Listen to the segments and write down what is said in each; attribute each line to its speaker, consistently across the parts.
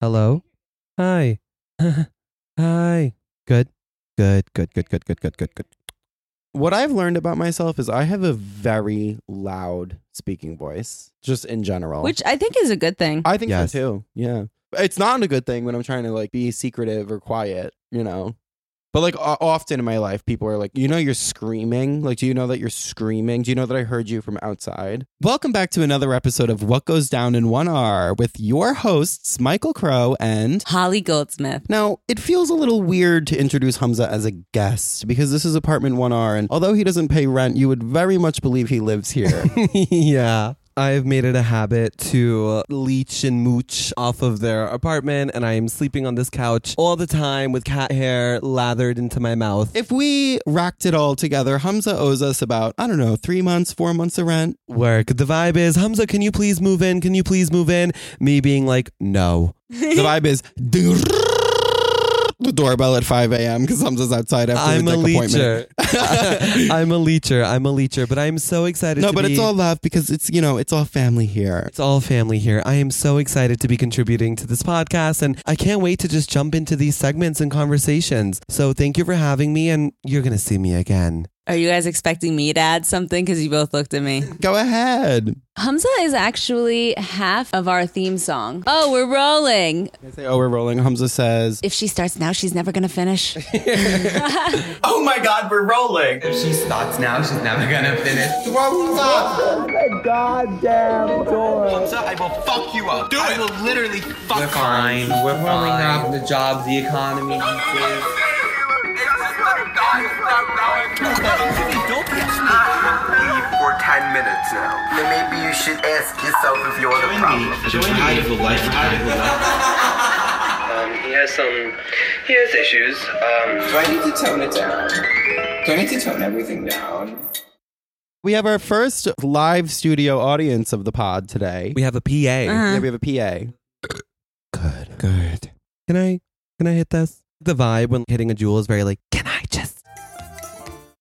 Speaker 1: Hello? Hi. Hi. Good. Good, good, good, good, good, good, good, good.
Speaker 2: What I've learned about myself is I have a very loud speaking voice, just in general.
Speaker 3: which I think is a good thing.
Speaker 2: Oh. I think
Speaker 1: Yes.
Speaker 2: so too. Yeah. It's not a good thing when I'm trying to like be secretive or quiet, you know. But like o- often in my life, people are like, you know, you're screaming. Like, do you know that you're screaming? Do you know that I heard you from outside? Welcome back to another episode of What Goes Down in 1R with your hosts, Michael Crow and.
Speaker 3: Holly Goldsmith.
Speaker 2: Now, it feels a little weird to introduce Hamza as a guest because this is apartment 1R, and although he doesn't pay rent, you would very much believe he lives here.
Speaker 1: yeah. I've made it a habit to leech and mooch off of their apartment, and I am sleeping on this couch all the time with cat hair lathered into my mouth.
Speaker 2: If we racked it all together, Hamza owes us about, I don't know, three months, four months of rent.
Speaker 1: Work. The vibe is Hamza, can you please move in? Can you please move in? Me being like, no.
Speaker 2: The vibe is the doorbell at 5 a.m. because Hamza's outside after
Speaker 1: I'm
Speaker 2: the
Speaker 1: a
Speaker 2: dick appointment.
Speaker 1: leecher. I'm a leecher. I'm a leecher, but I'm so excited
Speaker 2: No,
Speaker 1: to
Speaker 2: but
Speaker 1: be-
Speaker 2: it's all love because it's, you know, it's all family here.
Speaker 1: It's all family here. I am so excited to be contributing to this podcast, and I can't wait to just jump into these segments and conversations. So, thank you for having me, and you're going to see me again.
Speaker 3: Are you guys expecting me to add something? Because you both looked at me.
Speaker 2: Go ahead.
Speaker 3: Hamza is actually half of our theme song. Oh, we're rolling.
Speaker 2: They say, oh, we're rolling. Hamza says,
Speaker 3: If she starts now, she's never going to finish.
Speaker 4: Oh my god, we're rolling! If she starts now, she's never gonna finish. Throw the goddamn door! I will fuck you up. Do I it. will literally fuck We're fine. We're rolling up the jobs, the economy.
Speaker 5: leave for 10 minutes now. Then maybe you should ask yourself if you're the problem.
Speaker 6: Um, he has some, he has issues. Um,
Speaker 4: Do I need to tone it down? Do I need to tone everything down?
Speaker 2: we have our first live studio audience of the pod today.
Speaker 1: We have a PA.
Speaker 2: yeah, we have a PA.
Speaker 1: Good, good. Can I, can I hit this? The vibe when hitting a jewel is very like, can I just?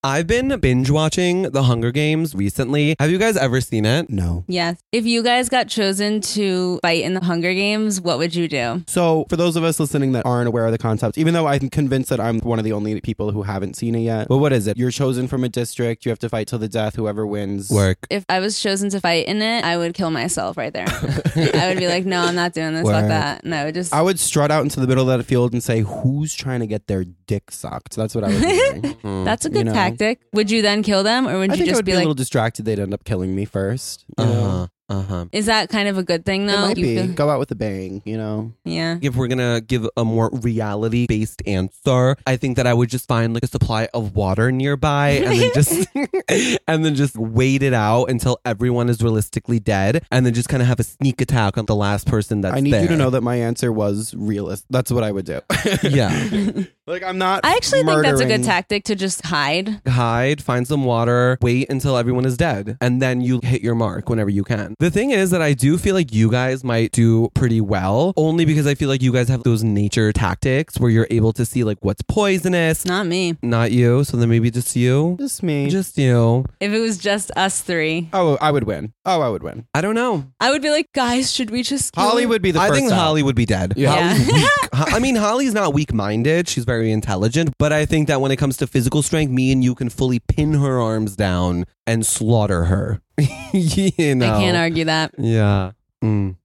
Speaker 1: I've been binge watching The Hunger Games recently. Have you guys ever seen it?
Speaker 2: No.
Speaker 3: yes. If you guys got chosen to fight in the Hunger Games, what would you do?
Speaker 2: So, for those of us listening that aren't aware of the concept, even though I'm convinced that I'm one of the only people who haven't seen it yet, but what is it? You're chosen from a district, you have to fight till the death, whoever wins.
Speaker 1: Work.
Speaker 3: If I was chosen to fight in it, I would kill myself right there. I would be like, no, I'm not doing this,
Speaker 2: Word.
Speaker 3: fuck that. And I would just.
Speaker 2: I would strut out into the middle of that field and say, Who's trying to get their dick sucked? That's what I would be doing.
Speaker 3: that's a
Speaker 2: you
Speaker 3: good
Speaker 2: know.
Speaker 3: tactic. Would you then kill them, or would
Speaker 2: I
Speaker 3: you
Speaker 2: think I
Speaker 3: just
Speaker 2: would be,
Speaker 3: be
Speaker 2: a
Speaker 3: like,
Speaker 2: little distracted. They'd end up killing me first. you
Speaker 1: Uh
Speaker 2: know?
Speaker 1: huh. Uh huh.
Speaker 3: Is that kind of a good thing
Speaker 2: it
Speaker 3: though?
Speaker 2: might
Speaker 3: You
Speaker 2: be.
Speaker 3: feel-
Speaker 2: Go out with a bang, you know?
Speaker 3: yeah.
Speaker 1: if we're gonna give a more reality based answer, I think that I would just find like a supply of water nearby and then just and then just wait it out until everyone is realistically dead and then just kind of have a sneak attack on the last person that's
Speaker 2: I need you to
Speaker 1: there.
Speaker 2: know that my answer was realist. That's what I would do.
Speaker 1: yeah.
Speaker 2: like, I'm not.
Speaker 3: I actually think that's a
Speaker 2: murdering-
Speaker 3: good tactic to just hide.
Speaker 1: Hide, find some water, wait until everyone is dead, and then you hit your mark whenever you can. The thing is that I do feel like you guys might do pretty well, only because I feel like you guys have those nature tactics where you're able to see like what's poisonous.
Speaker 3: It's not me.
Speaker 1: Not you, so then maybe just you.
Speaker 2: Just me.
Speaker 1: Just you.
Speaker 3: If it was just us three,
Speaker 2: oh, I would win. Oh, I would win.
Speaker 1: I don't know.
Speaker 3: I would be like, guys, should we just kill
Speaker 2: Holly
Speaker 3: him?"
Speaker 2: would be the
Speaker 1: I
Speaker 2: first.
Speaker 1: think
Speaker 2: out.
Speaker 1: Holly would be dead.
Speaker 2: Yeah.
Speaker 1: Holly's
Speaker 3: Yeah.
Speaker 1: weak. Ho- I mean, Holly's not weak minded. She's very intelligent. But I think that when it comes to physical strength, me and you can fully pin her arms down and slaughter her. you know?
Speaker 3: I can't argue that.
Speaker 1: Yeah. Mm.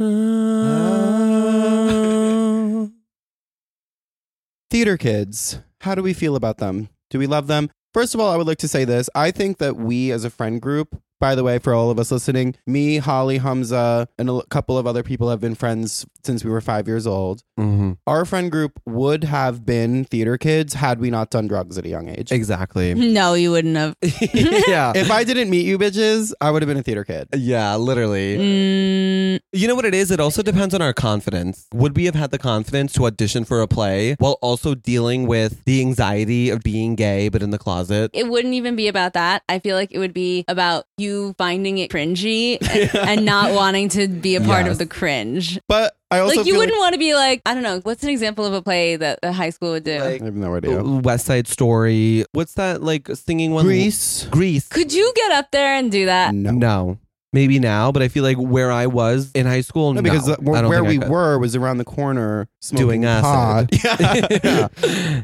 Speaker 1: Uh.
Speaker 2: Ah. Theater kids, how do we feel about them? Do we love them? First of all, I would like to say this. I think that we as a friend group, by the way, for all of us listening, me, Holly, Hamza, and a l- couple of other people have been friends since we were five years old.
Speaker 1: Mhm.
Speaker 2: Our friend group would have been theater kids had we not done drugs at a young age.
Speaker 1: Exactly.
Speaker 3: No, you wouldn't have.
Speaker 1: yeah.
Speaker 2: If I didn't meet you bitches, I would have been a theater kid.
Speaker 1: yeah, literally.
Speaker 3: Mm,
Speaker 1: You know what it is? It also depends on our confidence. Would we have had the confidence to audition for a play while also dealing with the anxiety of being gay but in the closet?
Speaker 3: it wouldn't even be about that. I feel like it would be about you finding it cringy and, and not wanting to be a part
Speaker 1: Yes.
Speaker 3: of the cringe.
Speaker 2: But I also
Speaker 3: Like you
Speaker 2: feel
Speaker 3: wouldn't want to be like, I don't know, what's an example of a play that a high school would do?
Speaker 2: I have no idea.
Speaker 1: West Side Story. What's that like singing one?
Speaker 2: Grease.
Speaker 1: Grease.
Speaker 3: Uh, Could you get up there and do that?
Speaker 2: No.
Speaker 1: No. maybe now, but I feel like where I was in high school,
Speaker 2: No, because
Speaker 1: I
Speaker 2: the- where,
Speaker 1: don't
Speaker 2: where
Speaker 1: think I
Speaker 2: we
Speaker 1: could.
Speaker 2: were was around the corner smoking
Speaker 1: Doing
Speaker 2: pot. Yeah. yeah.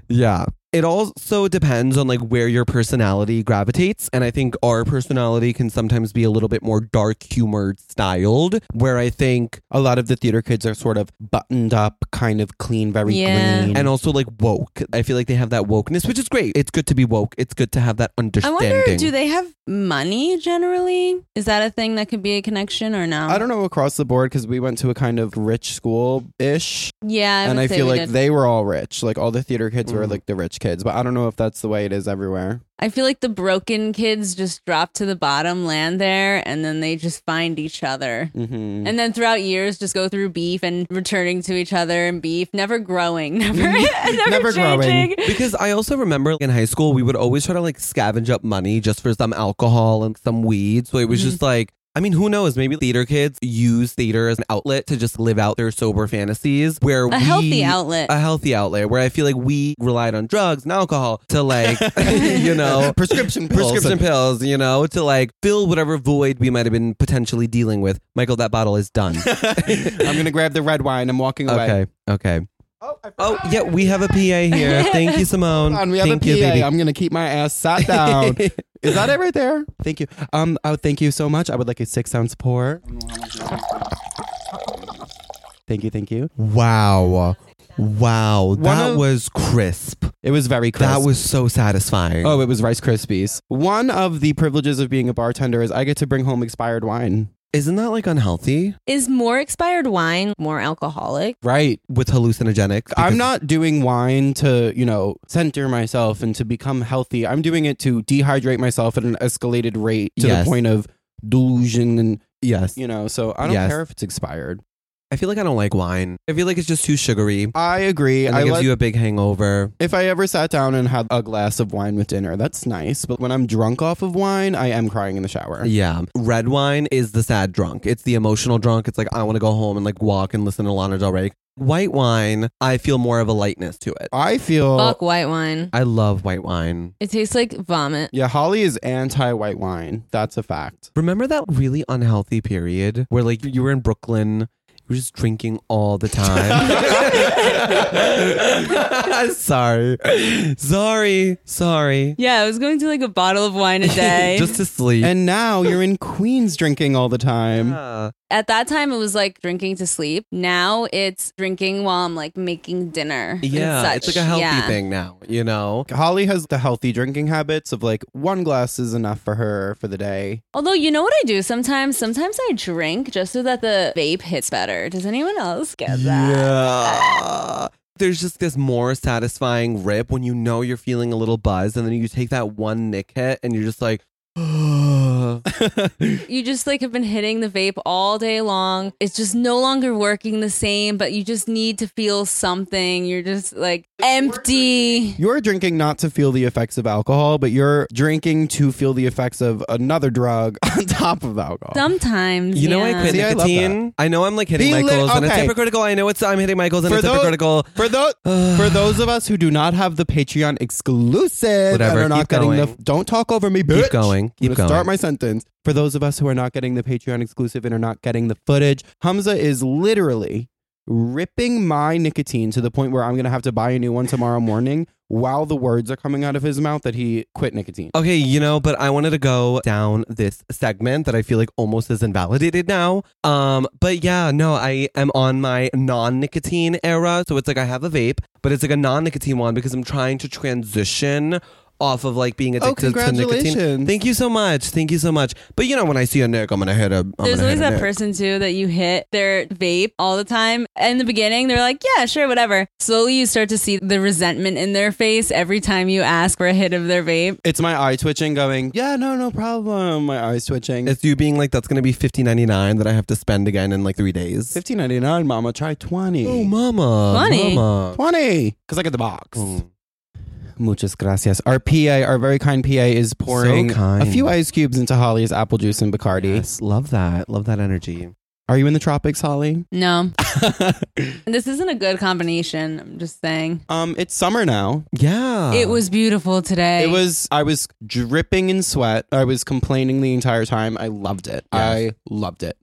Speaker 1: yeah. It also depends on like where your personality gravitates. And I think our personality can sometimes be a little bit more dark humored styled, where I think,
Speaker 2: A lot of the theater kids are sort of buttoned up, kind of clean, very
Speaker 3: Yeah.
Speaker 2: green.
Speaker 1: and also like woke. I feel like they have that wokeness, which is great. It's good to be woke. It's good to have that
Speaker 3: I
Speaker 1: understanding.
Speaker 3: wonder, do they have money generally? Is that a thing that could be a connection or no?
Speaker 2: I don't know across the board because we went to a kind of rich school ish,
Speaker 3: Yeah, I
Speaker 2: and
Speaker 3: would
Speaker 2: I
Speaker 3: say
Speaker 2: feel
Speaker 3: we
Speaker 2: like
Speaker 3: did.
Speaker 2: they were all rich. Like all the theater kids
Speaker 1: Mm.
Speaker 2: were like the rich kids, but I don't know if that's the way it is everywhere.
Speaker 3: I feel like the broken kids just drop to the bottom, land there, and then they just find each other.
Speaker 2: Mm-hmm.
Speaker 3: And then throughout years, just go through beef and returning to each other and beef, never growing, never, never,
Speaker 2: Mm. Never growing.
Speaker 3: changing.
Speaker 1: because I also remember in high school, we would always try to like scavenge up money just for some alcohol and some weed. So it was
Speaker 3: Mm-hmm.
Speaker 1: just like, I mean, who knows? Maybe theater kids use theater as an outlet to just live out their sober fantasies. Where
Speaker 3: A healthy
Speaker 2: uh,
Speaker 3: outlet.
Speaker 1: a healthy outlet. Where I feel like we relied on drugs and alcohol to like, you know,
Speaker 2: prescription pills.
Speaker 1: prescription pills, you know, to like fill whatever void we might have been potentially dealing with. Michael, that bottle is done.
Speaker 2: I'm gonna grab the red wine. I'm walking away.
Speaker 1: okay, okay. Oh, yeah, we have a PA here. Thank you, Simone.
Speaker 2: Hold on, we have
Speaker 1: thank
Speaker 2: a PA.
Speaker 1: you, baby.
Speaker 2: I'm gonna keep my ass sat down. Is that it right there? Thank you. Um, oh, thank you so much. I would like a six ounce pour. Thank you, thank you.
Speaker 1: Wow. Wow. That
Speaker 2: of-
Speaker 1: was crisp.
Speaker 2: It was very crisp.
Speaker 1: That was so satisfying.
Speaker 2: Oh, it was Rice Krispies. One of the privileges of being a bartender is I get to bring home expired wine.
Speaker 1: Isn't that like unhealthy
Speaker 3: Is more expired wine more alcoholic?
Speaker 2: Right.
Speaker 1: with hallucinogenic?
Speaker 2: I'm
Speaker 1: Because-
Speaker 2: not doing wine to, you know, center myself and to become healthy. I'm doing it to dehydrate myself at an escalated rate to
Speaker 1: Yes.
Speaker 2: the point of delusion and,
Speaker 1: Yes.
Speaker 2: you know, so I don't
Speaker 1: Yes.
Speaker 2: care if it's expired.
Speaker 1: I feel like I don't like wine. I feel like it's just too sugary.
Speaker 2: I agree.
Speaker 1: And it
Speaker 2: I
Speaker 1: gives
Speaker 2: let-
Speaker 1: you a big hangover.
Speaker 2: if I ever sat down and had a glass of wine with dinner, that's nice. But when I'm drunk off of wine, I am crying in the shower.
Speaker 1: Yeah. Red wine is the sad drunk. It's the emotional drunk. It's like, I want to go home and like walk and listen to Lana Del Rey. White wine, I feel more of a lightness to it.
Speaker 2: I feel.
Speaker 3: Fuck white wine.
Speaker 1: I love white wine.
Speaker 3: It tastes like vomit.
Speaker 2: Yeah, Holly is anti white wine. That's a fact.
Speaker 1: Remember that really unhealthy period where like you were in Brooklyn, you were just drinking all the time. sorry. Sorry. Sorry.
Speaker 3: Yeah, I was going to like a bottle of wine a day.
Speaker 1: Just to sleep.
Speaker 2: And now you're in Queens drinking all the time.
Speaker 1: Yeah.
Speaker 3: At that time, it was like drinking to sleep. Now it's drinking while I'm like making dinner. and
Speaker 1: Yeah,
Speaker 3: such.
Speaker 1: it's like a healthy
Speaker 3: Yeah.
Speaker 1: thing now, you know?
Speaker 2: Holly has the healthy drinking habits of like one glass is enough for her for the day.
Speaker 3: Although you know what I do sometimes? Sometimes I drink just so that the vape hits better. Does anyone else get that?
Speaker 1: Yeah. There's just this more satisfying rip when you know you're feeling a little buzz and then you take that one nick hit and you're just like,
Speaker 3: You just like have been hitting the vape all day long. It's just no longer working the same, but you just need to feel something. You're just like empty.
Speaker 2: You're drinking not to feel the effects of alcohol, but you're drinking to feel the effects of another drug on top of alcohol.
Speaker 3: Sometimes.
Speaker 1: You know,
Speaker 3: yeah.
Speaker 1: I quit
Speaker 2: See, I love
Speaker 1: nicotine. I, know I'm like hitting
Speaker 2: Be lit-
Speaker 1: Michaels and it's
Speaker 2: okay.
Speaker 1: hypocritical. I know it's I'm hitting Michaels and
Speaker 2: For
Speaker 1: it's
Speaker 2: those-
Speaker 1: hypocritical.
Speaker 2: For those for those of us who do not have the Patreon exclusive
Speaker 1: Whatever,
Speaker 2: and are not
Speaker 1: keep
Speaker 2: getting
Speaker 1: going.
Speaker 2: the don't talk over me, bitch.
Speaker 1: Keep going.
Speaker 2: I'm
Speaker 1: Keep
Speaker 2: gonna
Speaker 1: going.
Speaker 2: Start my sentence. For those of us who are not getting the Patreon exclusive and are not getting the footage, Hamza is literally ripping my nicotine to the point where I'm gonna have to buy a new one tomorrow morning while the words are coming out of his mouth that he quit nicotine.
Speaker 1: okay, you know, but I wanted to go down this segment that I feel like almost is invalidated now. Um, but yeah, no, I am on my non-nicotine era. So it's like I have a vape, but it's like a non-nicotine one because I'm trying to transition off of like being
Speaker 2: Oh,
Speaker 1: addicted to nicotine.
Speaker 2: congratulations.
Speaker 1: Thank you so much. Thank you so much. But you know, when I see a nick, I'm gonna hit a. I'm
Speaker 3: There's
Speaker 1: gonna
Speaker 3: always
Speaker 1: hit a
Speaker 3: that
Speaker 1: nick.
Speaker 3: person too that you hit their vape all the time. In the beginning, they're like, "Yeah, sure, whatever." Slowly, you start to see the resentment in their face every time you ask for a hit of their vape.
Speaker 2: It's my eye twitching going, Yeah, no, no problem. My eyes twitching. It's
Speaker 1: It's you being like, that's gonna be fifty ninety nine that I have to spend again in like three days.
Speaker 2: fifteen ninety nine, mama, try twenty.
Speaker 1: Oh, mama.
Speaker 3: Funny.
Speaker 1: Mama.
Speaker 2: 20 because I get the box.
Speaker 1: Oh,
Speaker 2: Muchas gracias. Our PA, our very kind PA, is pouring
Speaker 1: So kind.
Speaker 2: a few ice cubes into Holly's apple juice and Bacardi.
Speaker 1: Yes, love that. Love that energy.
Speaker 2: Are you in the tropics, Holly?
Speaker 3: No, this isn't a good combination. I'm just saying.
Speaker 2: um, it's summer now.
Speaker 1: Yeah.
Speaker 3: It was beautiful today.
Speaker 2: It was I was dripping in sweat. I was complaining the entire time. I loved it. I loved it.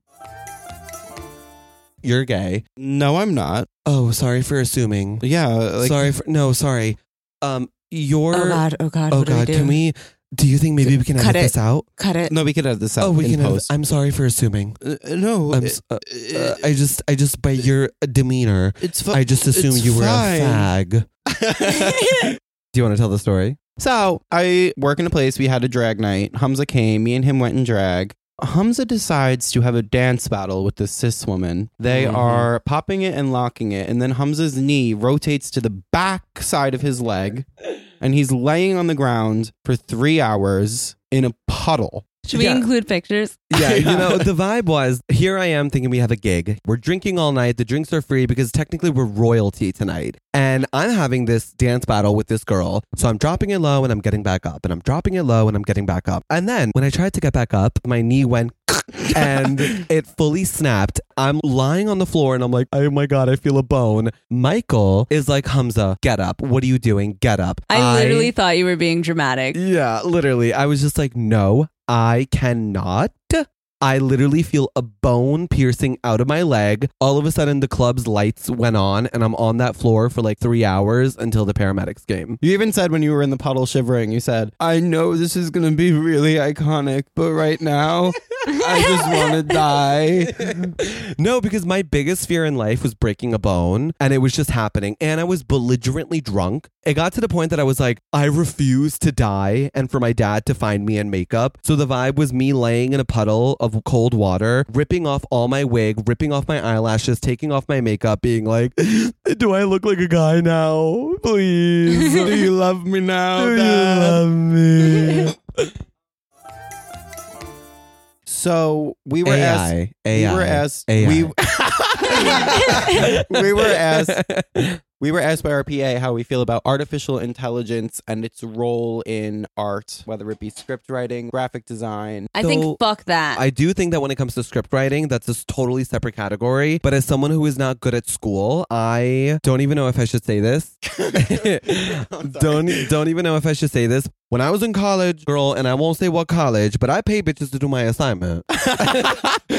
Speaker 1: You're gay.
Speaker 2: No, I'm not.
Speaker 1: Oh, sorry for assuming.
Speaker 2: Yeah, like
Speaker 1: sorry for no, sorry. Um, your
Speaker 3: Oh God! Oh God!
Speaker 1: Oh
Speaker 3: what do
Speaker 1: God,
Speaker 3: do?
Speaker 1: can we? Do you think maybe we can
Speaker 3: Cut
Speaker 1: edit
Speaker 3: it.
Speaker 1: this out?
Speaker 3: cut it?
Speaker 2: no, we could edit this out.
Speaker 1: oh, we
Speaker 2: in
Speaker 1: can. Edit,
Speaker 2: post.
Speaker 1: I'm sorry for assuming.
Speaker 2: Uh, no,
Speaker 1: I'm.
Speaker 2: it-
Speaker 1: s- Uh,
Speaker 2: it-
Speaker 1: uh, I just, I just by your demeanor,
Speaker 2: it's fu-
Speaker 1: I just assumed
Speaker 2: it's
Speaker 1: you were
Speaker 2: fine.
Speaker 1: a fag. Do you want to tell the story?
Speaker 2: So I work in a place. We had a drag night. Hamza came. Me and him went in drag. Hamza decides to have a dance battle with this cis woman. They
Speaker 1: Mhm.
Speaker 2: are popping it and locking it, and then Hamza's knee rotates to the back side of his leg, and he's laying on the ground for three hours in a puddle.
Speaker 3: Should we
Speaker 1: Yeah.
Speaker 3: include pictures?
Speaker 1: Yeah, you know, the vibe was here I am thinking we have a gig. We're drinking all night. The drinks are free because technically we're royalty tonight. And I'm having this dance battle with this girl. So I'm dropping it low and I'm getting back up. And I'm dropping it low and I'm getting back up. And then when I tried to get back up, my knee went and it fully snapped. I'm lying on the floor and I'm like, oh my God, I feel a bone. Michael is like, Hamza, get up. What are you doing? Get up.
Speaker 3: I literally thought you were being dramatic.
Speaker 1: Yeah, literally. I was just like, no, I cannot. I literally feel a bone piercing out of my leg. All of a sudden, the club's lights went on, and I'm on that floor for like three hours until the paramedics came.
Speaker 2: You even said when you were in the puddle shivering, you said, I know this is going to be really iconic, but right now, I just want to die.
Speaker 1: no, because my biggest fear in life was breaking a bone, and it was just happening. And I was belligerently drunk. It got to the point that I was like, I refuse to die, and for my dad to find me in makeup. So the vibe was me laying in a puddle of cold water, ripping off all my wig, ripping off my eyelashes, taking off my makeup, being like, Do I look like a guy now? Please. Do
Speaker 2: Do you love me now?
Speaker 1: you
Speaker 2: Dad?
Speaker 1: love me?
Speaker 2: So we were asked.
Speaker 1: AI. AI.
Speaker 2: We were asked.
Speaker 1: AI.
Speaker 2: We, we were asked. We were asked by our PA how we feel about artificial intelligence and its role in art, whether it be script writing, graphic design.
Speaker 3: I
Speaker 1: So,
Speaker 3: think fuck that.
Speaker 1: I do think that when it comes to script writing, that's a totally separate category. But as someone who is not good at school, I don't even know if I should say this. don't don't even know if I should say this. When I was in college, girl, and I won't say what college, but I paid bitches to do my assignment.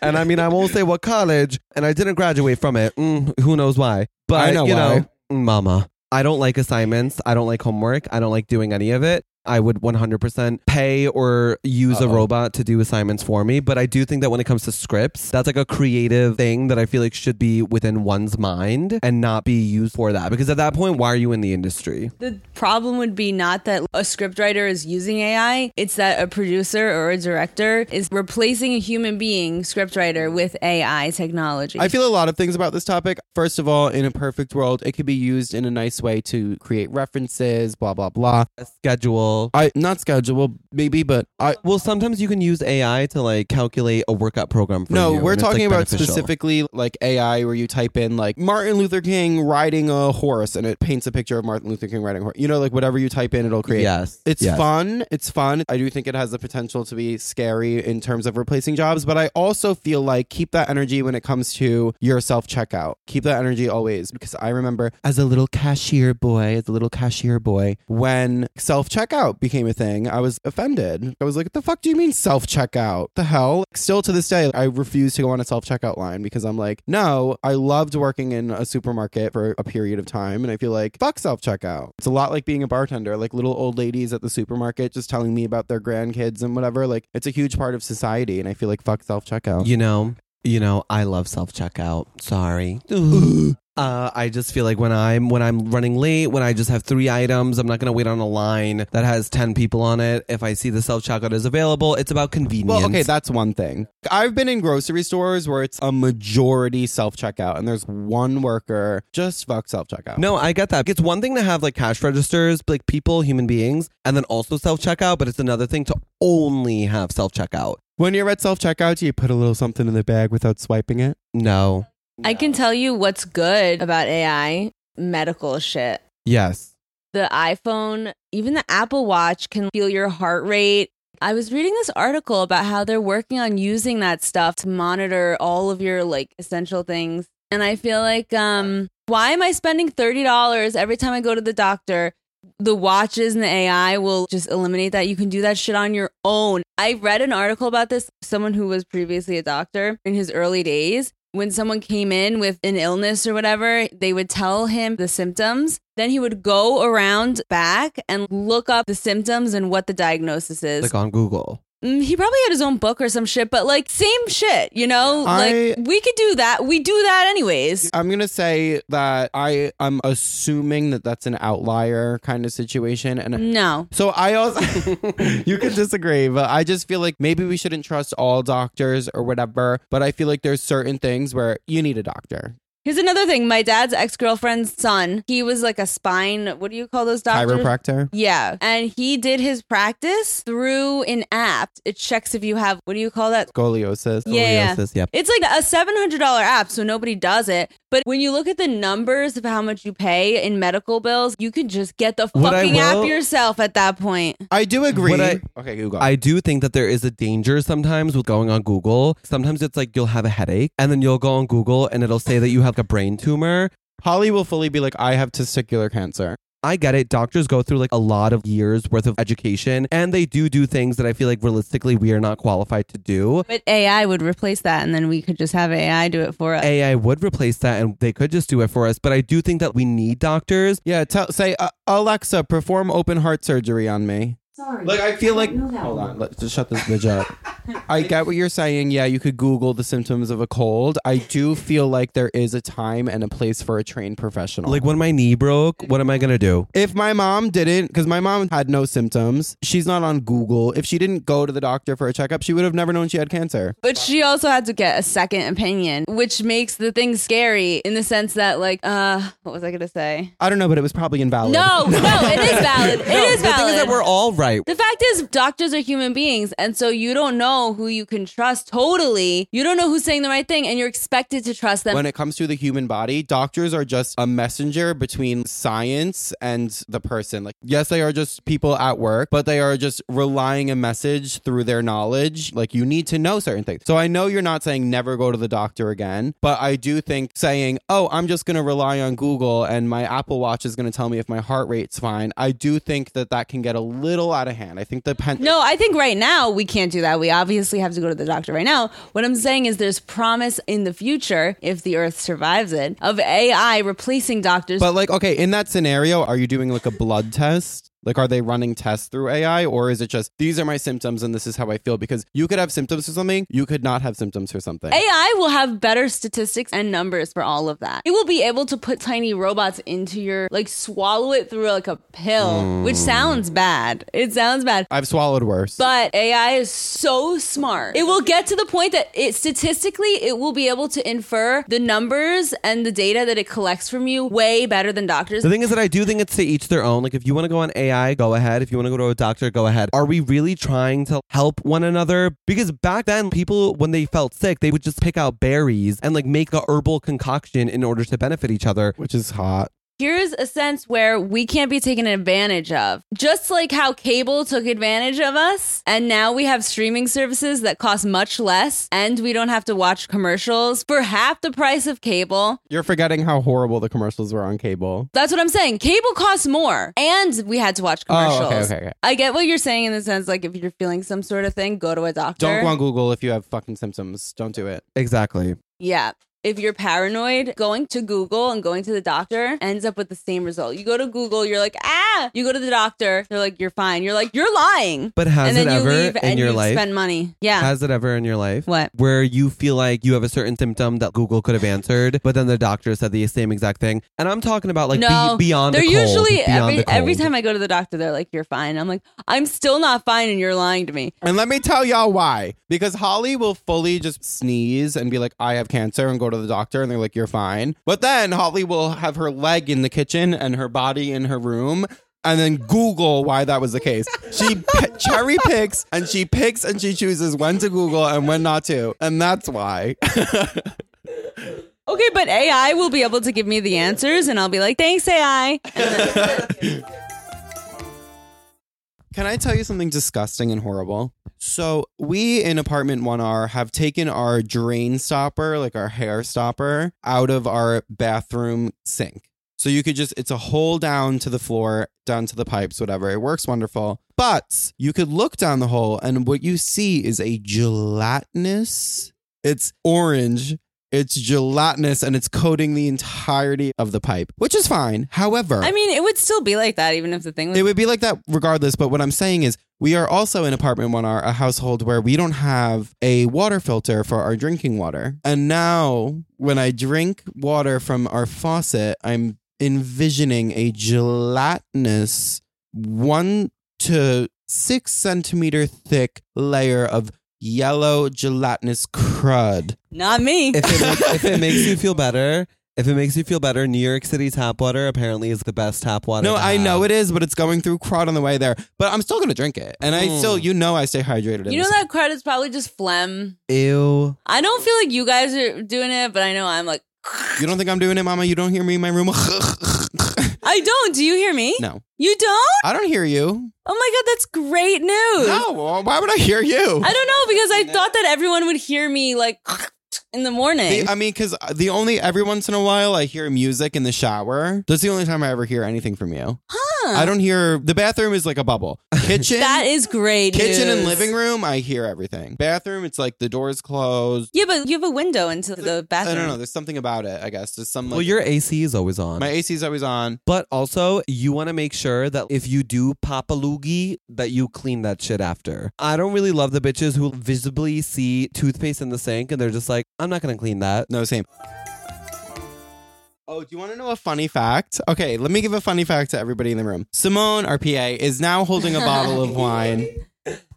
Speaker 1: and I mean, I won't say what college, and I didn't graduate from it. Mm, who knows why? But
Speaker 2: I know
Speaker 1: you
Speaker 2: why.
Speaker 1: know, mm, mama, I don't like assignments. I don't like homework. I don't like doing any of it. I would 100% pay or use a
Speaker 2: Uh-oh.
Speaker 1: robot to do assignments for me. But I do think that when it comes to scripts, that's like a creative thing that I feel like should be within one's mind and not be used for that. Because at that point, why are you in the industry?
Speaker 3: the problem would be not that a scriptwriter is using AI, it's that a producer or a director is replacing a human being, scriptwriter, with AI technology.
Speaker 2: I feel a lot of things about this topic. First of all, in a perfect world, it could be used in a nice way to create references, blah blah blah.
Speaker 1: A schedule.
Speaker 2: I not schedule maybe, but I
Speaker 1: Well, sometimes you can use AI to like calculate a workout program for
Speaker 2: no,
Speaker 1: you,
Speaker 2: we're
Speaker 1: and it's, like,
Speaker 2: talking about
Speaker 1: beneficial.
Speaker 2: specifically like AI where you type in like Martin Luther King riding a horse and it paints a picture of Martin Luther King riding a horse. You know, like whatever you type in, it'll create.
Speaker 1: Yes.
Speaker 2: It's
Speaker 1: yes.
Speaker 2: fun. It's fun. I do think it has the potential to be scary in terms of replacing jobs, but I also feel like keep that energy when it comes to your self checkout. Keep that energy always because I remember as a little cashier boy, as a little cashier boy, when self checkout became a thing, I was offended. I was like, what the fuck do you mean self checkout? The hell? Still to this day, I refuse to go on a self checkout line because I'm like, no, I loved working in a supermarket for a period of time. And I feel like, fuck self checkout. It's a lot like being a bartender, like little old ladies at the supermarket just telling me about their grandkids and whatever. Like, it's a huge part of society. And I feel like, fuck self checkout.
Speaker 1: You know, you know, I love self checkout. Sorry. Uh, I just feel like when I'm when I'm running late, when I just have three items, I'm not gonna wait on a line that has ten people on it. If I see the self checkout is available, it's about convenience.
Speaker 2: Well, okay, that's one thing. I've been in grocery stores where it's a majority self checkout, and there's one worker. Just fuck self checkout.
Speaker 1: no, I get that. It's one thing to have like cash registers, like people, human beings, and then also self checkout, but it's another thing to only have self checkout.
Speaker 2: When you're at self checkout, do you put a little something in the bag without swiping it?
Speaker 1: No.
Speaker 3: I can tell you what's good about AI medical shit.
Speaker 1: Yes.
Speaker 3: The iPhone, even the Apple Watch can feel your heart rate. I was reading this article about how they're working on using that stuff to monitor all of your like essential things. And I feel like um why am I spending $30 every time I go to the doctor? The watches and the AI will just eliminate that. You can do that shit on your own. I read an article about this someone who was previously a doctor in his early days when someone came in with an illness or whatever, they would tell him the symptoms. Then he would go around back and look up the symptoms and what the diagnosis is.
Speaker 1: Like on Google.
Speaker 3: Mm, he probably had his own book or some shit, but like same shit, you know?
Speaker 2: I-
Speaker 3: like we could do that. We do that anyways.
Speaker 2: I'm gonna say that I I'm assuming that that's an outlier kind of situation, and
Speaker 3: No.
Speaker 2: So I also you can disagree, but I just feel like maybe we shouldn't trust all doctors or whatever. But I feel like there's certain things where you need a doctor.
Speaker 3: Here's another thing. My dad's ex-girlfriend's son, he was like a spine, what do you call those doctors?
Speaker 2: Chiropractor.
Speaker 3: Yeah. And he did his practice through an app. It checks if you have, what do you call that?
Speaker 2: Scoliosis.
Speaker 3: Yeah, yeah.
Speaker 1: Scoliosis, yep.
Speaker 3: It's like a $700 app, so nobody does it. But when you look at the numbers of how much you pay in medical bills, you could just get the
Speaker 1: What I
Speaker 3: fucking app
Speaker 1: will-
Speaker 3: yourself at that point.
Speaker 2: I do agree.
Speaker 1: What I-
Speaker 2: okay, Google.
Speaker 1: I do think that there is a danger sometimes with going on Google. Sometimes it's like you'll have a headache and then you'll go on Google and it'll say that you have a brain tumor.
Speaker 2: Holly will fully be like, I have testicular cancer.
Speaker 1: I get it. Doctors go through like a lot of years worth of education and they do do things that I feel like realistically we are not qualified to do.
Speaker 3: But AI would replace that, and then we could just have AI do it for us.
Speaker 1: AI would replace that and they could just do it for us. But I do think that we need doctors.
Speaker 2: Yeah, tell say uh, Alexa, perform open heart surgery on me. Sorry. Like I feel like hold on, let's just shut this bitch up. I get what you're saying. Yeah, you could Google the symptoms of a cold. I do feel like there is a time and a place for a trained professional.
Speaker 1: Like when my knee broke, what am I going to do?
Speaker 2: If my mom didn't, because my mom had no symptoms, she's not on Google. If she didn't go to the doctor for a checkup, she would have never known she had cancer.
Speaker 3: But she also had to get a second opinion, which makes the thing scary in the sense that, like, uh, what was I gonna say?
Speaker 2: I don't know, but it was probably invalid.
Speaker 3: No, no, it is valid. It is
Speaker 1: the
Speaker 3: valid.
Speaker 1: thing is that we're all right.
Speaker 3: The fact is, doctors are human beings, and so you don't know who you can trust totally. You don't know who's saying the right thing, and you're expected to trust them.
Speaker 2: When it comes to the human body, doctors are just a messenger between science and the person. Like, yes, they are just people at work, but they are just relying a message through their knowledge. Like, you need to know certain things. So I know you're not saying never go to the doctor again, but I do think saying, oh, I'm just going to rely on Google and my Apple Watch is going to tell me if my heart rate's fine. I do think that that can get a little out of hand. I think the pen.
Speaker 3: no, I think right now we can't do that. We obviously have to go to the doctor right now. What I'm saying is there's promise in the future, if the earth survives it, of AI replacing doctors.
Speaker 2: But like, okay, in that scenario, are you doing like a blood test? Like, are they running tests through AI, or is it just these are my symptoms and this is how I feel? Because you could have symptoms for something, you could not have symptoms for something.
Speaker 3: AI will have better statistics and numbers for all of that. It will be able to put tiny robots into your, like, swallow it through like a pill, which sounds bad. It sounds bad.
Speaker 2: I've swallowed worse.
Speaker 3: But AI is so smart. It will get to the point that it statistically it will be able to infer the numbers and the data that it collects from you way better than doctors.
Speaker 1: The thing is that I do think it's to each their own. Like, if you want to go on AI, go ahead. If you want to go to a doctor, go ahead. Are we really trying to help one another? Because back then, people, when they felt sick, they would just pick out berries and like make a herbal concoction in order to benefit each other.
Speaker 2: which is hot.
Speaker 3: Here's a sense where we can't be taken advantage of. Just like how cable took advantage of us and now we have streaming services that cost much less and we don't have to watch commercials for half the price of cable.
Speaker 2: You're forgetting how horrible the commercials were on cable.
Speaker 3: That's what I'm saying. Cable costs more, and we had to watch
Speaker 2: Oh, okay,
Speaker 3: commercials.
Speaker 2: okay, okay.
Speaker 3: I get what you're saying in the sense, like if you're feeling some sort of thing, go to a doctor.
Speaker 2: Don't go on Google if you have fucking symptoms. Don't do it.
Speaker 1: Exactly.
Speaker 3: yeah. If you're paranoid, going to Google and going to the doctor ends up with the same result. You go to Google, you're like, ah. You go to the doctor, they're like, you're fine. You're like, you're lying.
Speaker 1: But has
Speaker 3: and
Speaker 1: it
Speaker 3: then you
Speaker 1: ever
Speaker 3: leave
Speaker 1: in
Speaker 3: and
Speaker 1: your
Speaker 3: you
Speaker 1: life?
Speaker 3: spend money. Yeah.
Speaker 1: Has it ever in your life?
Speaker 3: What?
Speaker 1: Where you feel like you have a certain symptom that Google could have answered, but then the doctor said the same exact thing. And I'm talking about like
Speaker 3: no,
Speaker 1: be- beyond.
Speaker 3: They're
Speaker 1: a cold,
Speaker 3: usually
Speaker 1: beyond
Speaker 3: every
Speaker 1: a cold.
Speaker 3: every time I go to the doctor, they're like, "You're fine." I'm like, "I'm still not fine," and you're lying to me.
Speaker 2: And let me tell y'all why. Because Holly will fully just sneeze and be like, I have cancer and go to the doctor and they're like, you're fine. But then Holly will have her leg in the kitchen and her body in her room. And then Google why that was the case. She p- cherry picks and she picks and she chooses when to Google and when not to. And that's why.
Speaker 3: Okay, but AI will be able to give me the answers, and I'll be like, "Thanks, AI."
Speaker 2: Can I tell you something disgusting and horrible? So we in apartment 1R have taken our drain stopper, like our hair stopper, out of our bathroom sink. So you could just it's a hole down to the floor, down to the pipes, whatever. It works wonderful. But you could look down the hole and what you see is a gelatinous it's orange. It's gelatinous and it's coating the entirety of the pipe, which is fine. However,
Speaker 3: I mean, it would still be like that even if the thing was.
Speaker 2: it would be like that regardless. But what I'm saying is, we are also in apartment one R, a household where we don't have a water filter for our drinking water. And now, when I drink water from our faucet, I'm envisioning a gelatinous one to six centimeter thick layer of yellow gelatinous crud.
Speaker 3: Not me.
Speaker 1: If it, makes, if it makes you feel better, if it makes you feel better, New York City tap water apparently is the best tap water.
Speaker 2: No,
Speaker 1: to
Speaker 2: I
Speaker 1: have.
Speaker 2: know it is, but it's going through crud on the way there. But I'm still gonna drink it, and I
Speaker 1: Mm.
Speaker 2: still, you know, I stay hydrated. in
Speaker 3: you know
Speaker 2: this
Speaker 3: that crud is probably just phlegm.
Speaker 1: Ew.
Speaker 3: I don't feel like you guys are doing it, but I know I'm like,
Speaker 2: You don't think I'm doing it, Mama? You don't hear me in my room?
Speaker 3: I don't. Do you hear me?
Speaker 2: no,
Speaker 3: You don't?
Speaker 2: I don't hear you.
Speaker 3: Oh my god, that's great news.
Speaker 2: No, well, why would I hear you?
Speaker 3: I don't know because I thought that everyone would hear me like in the morning.
Speaker 2: The- I mean, because the only every once in a while I hear music in the shower. That's the only time I ever hear anything from you.
Speaker 3: Huh.
Speaker 2: I don't hear the bathroom is like a bubble. Kitchen,
Speaker 3: that is great.
Speaker 2: kitchen, and
Speaker 3: news.
Speaker 2: living room, I hear everything. Bathroom, it's like the door's closed.
Speaker 3: Yeah, but you have a window into the
Speaker 2: I
Speaker 3: bathroom.
Speaker 2: don't know. There's something about it. I guess there's some. Like,
Speaker 1: Well, your AC is always on.
Speaker 2: my AC's always on.
Speaker 1: but also, you want to make sure that if you do pop a loogie, that you clean that shit after. I don't really love the bitches who visibly see toothpaste in the sink and they're just like, I'm not gonna clean that.
Speaker 2: No, same. Oh, do you want to know a funny fact? Okay, let me give a funny fact to everybody in the room. Simone, our PA, is now holding a bottle of wine.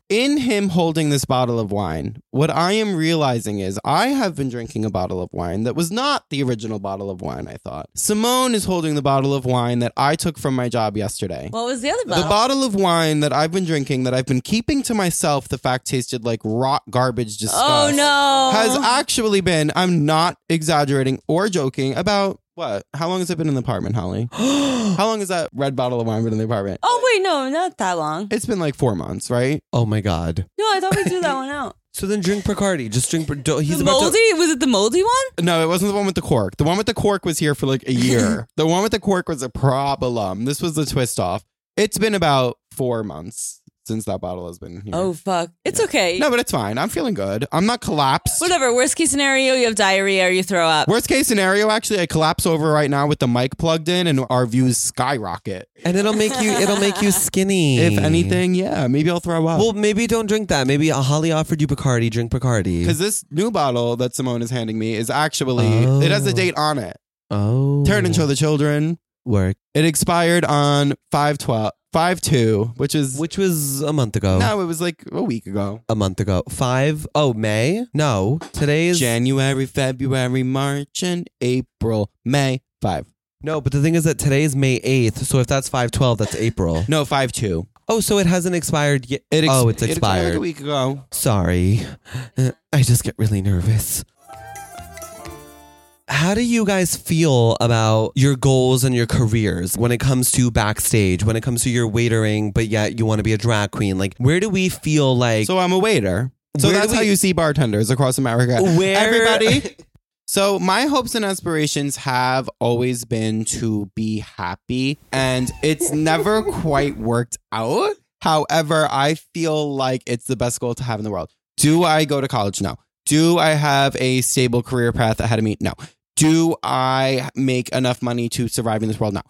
Speaker 2: In him holding this bottle of wine, what I am realizing is I have been drinking a bottle of wine that was not the original bottle of wine I thought. Simone is holding the bottle of wine that I took from my job yesterday.
Speaker 3: What was the other
Speaker 2: The
Speaker 3: bottle?
Speaker 2: bottle of wine that I've been drinking that I've been keeping to myself, the fact tasted like rot garbage disgust
Speaker 3: oh no.
Speaker 2: has actually been, I'm not exaggerating or joking, about what? How long has it been in the apartment, Holly? How long has that red bottle of wine been in the apartment?
Speaker 3: Oh wait, no, not that long.
Speaker 2: It's been like four months, right?
Speaker 1: Oh my god.
Speaker 3: No, I thought we threw that one out.
Speaker 1: So then drink Picardi. Just drink. do he's
Speaker 3: the
Speaker 1: about
Speaker 3: moldy?
Speaker 1: to.
Speaker 3: Was it the moldy one?
Speaker 2: No, it wasn't the one with the cork. The one with the cork was here for like a year. the one with the cork was a problem. This was the twist off. It's been about four months since that bottle has been here.
Speaker 3: Oh fuck. It's okay.
Speaker 2: No, but it's fine. I'm feeling good. I'm not collapsed.
Speaker 3: Whatever. Worst case scenario, you have diarrhea or you throw up.
Speaker 2: Worst case scenario, actually, I collapse over right now with the mic plugged in and our views skyrocket.
Speaker 1: And it'll make you. It'll make you skinny.
Speaker 2: If anything, yeah, maybe I'll throw up.
Speaker 1: Eh. Well, maybe don't drink that. Maybe uh, Holly offered you Bacardi. Drink Bacardi.
Speaker 2: Because this new bottle that Simone is handing me is actually,
Speaker 1: Oh.
Speaker 2: it has a date on it.
Speaker 1: Oh,
Speaker 2: Turn and show the children.
Speaker 1: work,
Speaker 2: It expired on 5 5 2, which is,
Speaker 1: which Oh. was a month ago.
Speaker 2: no, it was like a week ago.
Speaker 1: A month ago. Five. Oh, May. No, today is
Speaker 2: January, February, March, and April, May, 5.
Speaker 1: no. But the thing is that today is May eighth. So if that's five twelve, that's April.
Speaker 2: No, 5 2.
Speaker 1: Oh, so it hasn't expired yet. oh, it's
Speaker 2: like
Speaker 1: expired.
Speaker 2: a week ago.
Speaker 1: Sorry. Uh, I just get really nervous. How do you guys feel about your goals and your careers when it comes to backstage, when it comes to your waitering, but yet you want to be a drag queen? Like, where do we feel like.
Speaker 2: So I'm a waiter. So
Speaker 1: Where do
Speaker 2: that's how
Speaker 1: we-
Speaker 2: you see bartenders across America.
Speaker 1: Where-
Speaker 2: Everybody. So my hopes and aspirations have always been to be happy, and it's never quite worked out. However, I feel like it's the best goal to have in the world. Do I go to college? No. Do I have a stable career path ahead of me? No. Do I make enough money to survive in this world? No.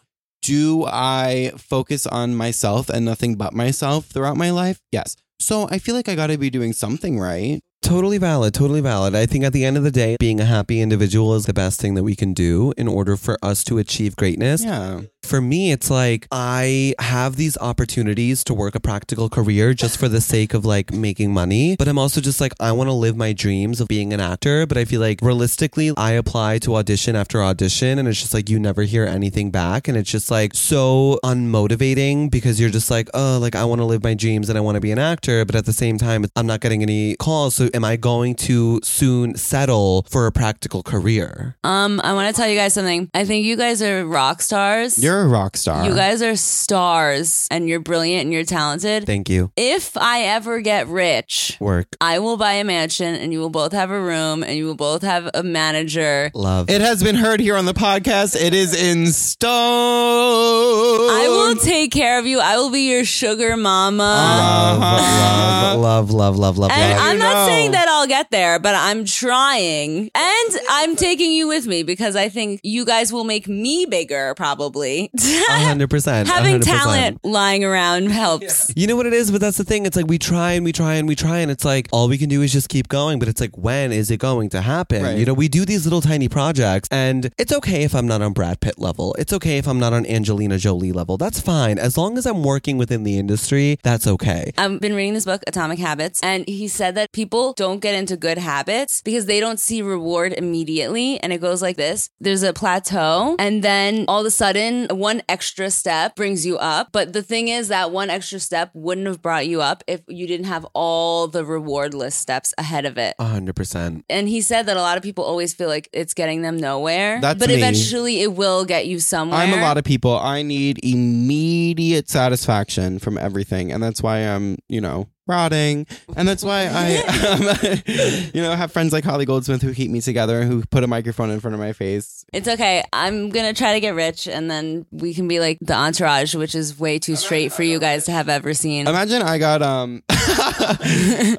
Speaker 2: Do I focus on myself and nothing but myself throughout my life? Yes. So I feel like I got to be doing something right.
Speaker 1: Totally valid, totally valid. I think at the end of the day, being a happy individual is the best thing that we can do in order for us to achieve greatness.
Speaker 2: Yeah.
Speaker 1: For me, it's like I have these opportunities to work a practical career just for the sake of like making money. But I'm also just like, I want to live my dreams of being an actor. But I feel like realistically, I apply to audition after audition and it's just like you never hear anything back. And it's just like so unmotivating because you're just like, oh, like I want to live my dreams and I want to be an actor. But at the same time, I'm not getting any calls. So, am I going to soon settle for a practical career?
Speaker 3: Um, I want to tell you guys something. I think you guys are rock stars.
Speaker 2: You're a rock star.
Speaker 3: you guys are stars, and you're brilliant and you're talented.
Speaker 1: Thank you.
Speaker 3: if I ever get rich,
Speaker 1: Work,
Speaker 3: I will buy a mansion, and you will both have a room, and you will both have a manager.
Speaker 1: love.
Speaker 2: It has been heard here on the podcast. It is in stone.
Speaker 3: I will take care of you. I will be your sugar mama.
Speaker 1: love, love, love, love, love, love,
Speaker 3: Uh-huh. and
Speaker 1: love.
Speaker 3: I'm
Speaker 2: you
Speaker 3: not
Speaker 2: know.
Speaker 3: saying that I'll get there, but I'm trying. And I'm taking you with me because I think you guys will make me bigger, probably.
Speaker 1: hundred percent.
Speaker 3: Having talent lying around helps.
Speaker 1: You know what it is, but that's the thing. It's like we try and we try and we try, and it's like all we can do is just keep going. But it's like, when is it going to happen?
Speaker 2: Right.
Speaker 1: You know, we do these little tiny projects, and it's okay if I'm not on Brad Pitt level. It's okay if I'm not on Angelina Jolie level. That's fine. As long as I'm working within the industry, that's okay.
Speaker 3: I've been reading this book, Atomic Habits, and he said that people don't get into good habits because they don't see reward immediately. And it goes like this there's a plateau, and then all of a sudden, one extra step brings you up. But the thing is, that one extra step wouldn't have brought you up if you didn't have all the rewardless steps ahead of it.
Speaker 2: Uh.
Speaker 1: A hundred percent.
Speaker 3: And he said that a lot of people always feel like it's getting them nowhere,
Speaker 2: That's
Speaker 3: but
Speaker 2: me.
Speaker 3: eventually it will get you somewhere.
Speaker 2: I'm a lot of people. I need immediate satisfaction from everything, and that's why I'm, you know, rotting, and that's why I, um, you know, have friends like Holly Goldsmith who keep me together, who put a microphone in front of my face.
Speaker 3: It's okay. I'm gonna try to get rich, and then we can be like the entourage, which is way too straight for you guys to have ever seen.
Speaker 2: Imagine I got, um,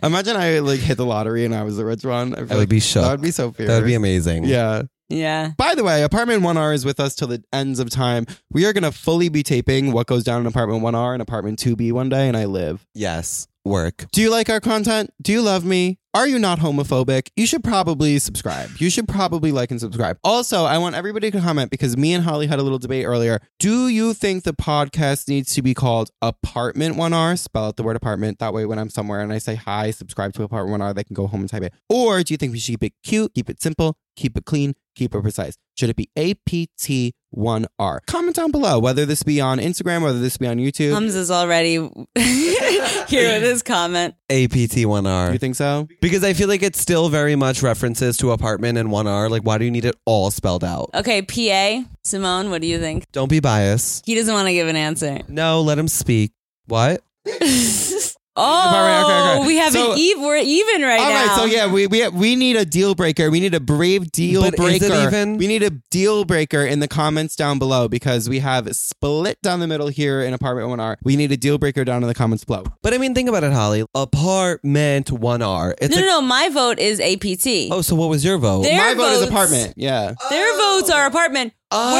Speaker 2: imagine I like hit the lottery and I was the rich one. I feel
Speaker 1: I
Speaker 2: like
Speaker 1: would be shook.
Speaker 2: That would be so fierce.
Speaker 1: That would be amazing.
Speaker 2: Yeah.
Speaker 3: yeah.
Speaker 2: By the way, Apartment 1R is with us till the ends of time. We are going to fully be taping what goes down in Apartment 1R and Apartment 2B one day, and I live.
Speaker 1: Yes. Work.
Speaker 2: Do you like our content? Do you love me? Are you not homophobic? You should probably subscribe. You should probably like and subscribe. Also, I want everybody to comment because me and Holly had a little debate earlier. Do you think the podcast needs to be called Apartment 1R? Spell out the word apartment. That way, when I'm somewhere and I say hi, subscribe to Apartment 1R, they can go home and type it. Or do you think we should keep it cute, keep it simple, keep it clean, keep it precise? Should it be APT 1R? Comment down below whether this be on Instagram, whether this be on YouTube.
Speaker 3: Hamza's already here with his comment.
Speaker 1: APT1R.
Speaker 2: you think so?
Speaker 1: because I feel like it's still very much references to apartment and 1R. Like, why do you need it all spelled out?
Speaker 3: Okay, PA Simone, what do you think?
Speaker 1: Don't be biased.
Speaker 3: He doesn't want to give an answer.
Speaker 1: No, let him speak. What?
Speaker 3: oh,
Speaker 2: okay, okay.
Speaker 3: we have
Speaker 2: So-
Speaker 3: an eve. We're even right
Speaker 2: All
Speaker 3: now.
Speaker 2: right, so yeah, we, we we need a deal breaker. We need a brave deal
Speaker 1: But is
Speaker 2: breaker.
Speaker 1: it even-
Speaker 2: We need a deal breaker in the comments down below because we have split down the middle here in apartment one R. We need a deal breaker down in the comments below.
Speaker 1: But I mean, think about it, Holly. Apartment 1R. It's
Speaker 3: No,
Speaker 1: like,
Speaker 3: no, no. My vote is APT.
Speaker 1: Oh, so what was your vote?
Speaker 3: Their
Speaker 2: My vote is
Speaker 3: votes-
Speaker 2: apartment. Yeah.
Speaker 3: Their votes are apartment.
Speaker 1: Oh,
Speaker 2: Oh,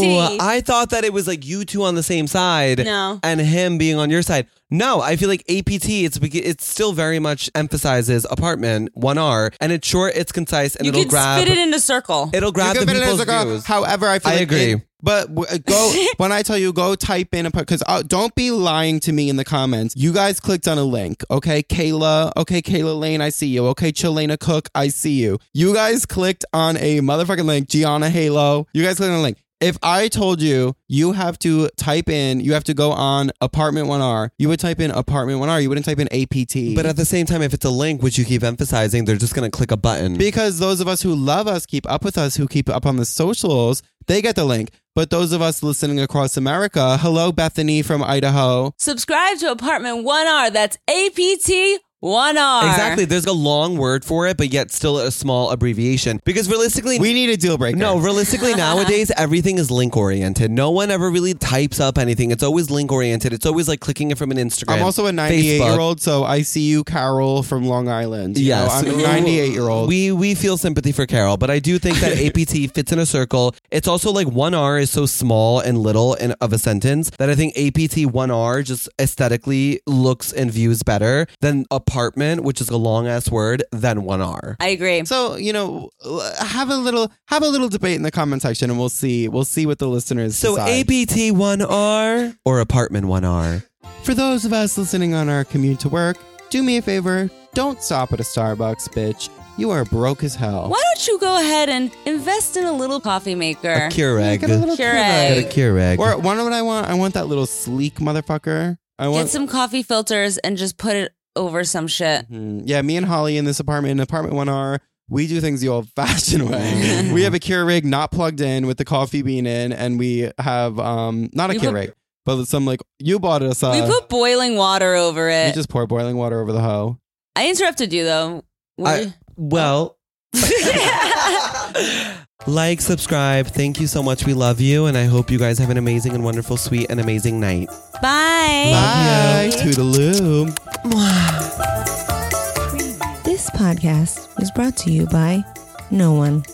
Speaker 3: We're APT.
Speaker 1: I thought that it was like you two on the same side
Speaker 3: No.
Speaker 1: and him being on your side. No, I feel like APT, it's beg- it still very much emphasizes apartment, 1R, and it's short, it's concise, and
Speaker 3: you
Speaker 1: it'll
Speaker 3: could
Speaker 1: grab,
Speaker 3: spit it in a circle.
Speaker 1: will grab
Speaker 2: You
Speaker 1: the
Speaker 2: can fit it as
Speaker 1: people's
Speaker 2: a girl.
Speaker 1: views.
Speaker 2: However, I feel
Speaker 1: I
Speaker 2: like
Speaker 1: agree.
Speaker 2: it- but w- uh, go when I tell you go type in because uh, don't be lying to me in the comments. You guys clicked on a link, okay? Kayla, okay, Kayla Lane, I see you. Okay, Chelena Cook, I see you. You guys clicked on a motherfucking link, Gianna Halo. You guys clicked on a link. If I told you you have to type in, you have to go on apartment one R. You would type in apartment one R. You wouldn't type in APT.
Speaker 1: But at the same time, if it's a link, which you keep emphasizing, they're just going to click a button.
Speaker 2: Because those of us who love us, keep up with us, who keep up on the socials, they get the link. But those of us listening across America, hello, Bethany from Idaho.
Speaker 3: Subscribe to Apartment 1R. That's APT 1R.
Speaker 1: exactly. There's a long word for it, but yet still a small abbreviation. Because realistically,
Speaker 2: We need a deal breaker.
Speaker 1: no, realistically, nowadays, everything is link oriented. No one ever really types up anything. It's always link oriented. It's always like clicking it from an Instagram.
Speaker 2: I'm also a 98
Speaker 1: Facebook.
Speaker 2: year old, so I see you, Carol from Long Island. You know,
Speaker 1: Yes.
Speaker 2: I'm a 98 year old.
Speaker 1: We we feel sympathy for Carol, but I do think that APT fits in a circle. It's also like one R is so small and little and of a sentence that I think APT one R just aesthetically looks and views better than apartment, which is a long ass word, than one R.
Speaker 3: I agree.
Speaker 2: So you know, l- have a little have a little debate in the comment section, and we'll see we'll see what the listeners.
Speaker 1: So
Speaker 2: decide.
Speaker 1: APT one R or apartment one R.
Speaker 2: For those of us listening on our commute to work, do me a favor: don't stop at a Starbucks, bitch. You are broke as hell.
Speaker 3: Why don't you go ahead and invest in a little coffee maker?
Speaker 1: A Keurig.
Speaker 2: Get a little
Speaker 1: Get a
Speaker 3: Keurig.
Speaker 1: Keurig.
Speaker 2: Or one what I want, I want that little sleek motherfucker. I want
Speaker 3: Get some coffee filters and just put it over some shit.
Speaker 2: Mm, Yeah, me and Holly in this apartment, in apartment one R, we do things the old fashioned way. we have a Keurig not plugged in with the coffee bean in, and we have um not a
Speaker 3: We put-
Speaker 2: Keurig, but some like you bought us a
Speaker 3: we put boiling water over
Speaker 2: we
Speaker 3: it.
Speaker 2: Uh, just pour boiling water over the hoe.
Speaker 3: I interrupted you though. Were
Speaker 1: I-
Speaker 3: you-
Speaker 1: Well, like, subscribe. Thank you so much. We love you. And I hope you guys have an amazing and wonderful, sweet, and amazing night.
Speaker 2: Bye. Toodaloo.
Speaker 7: This podcast was brought to you by no one.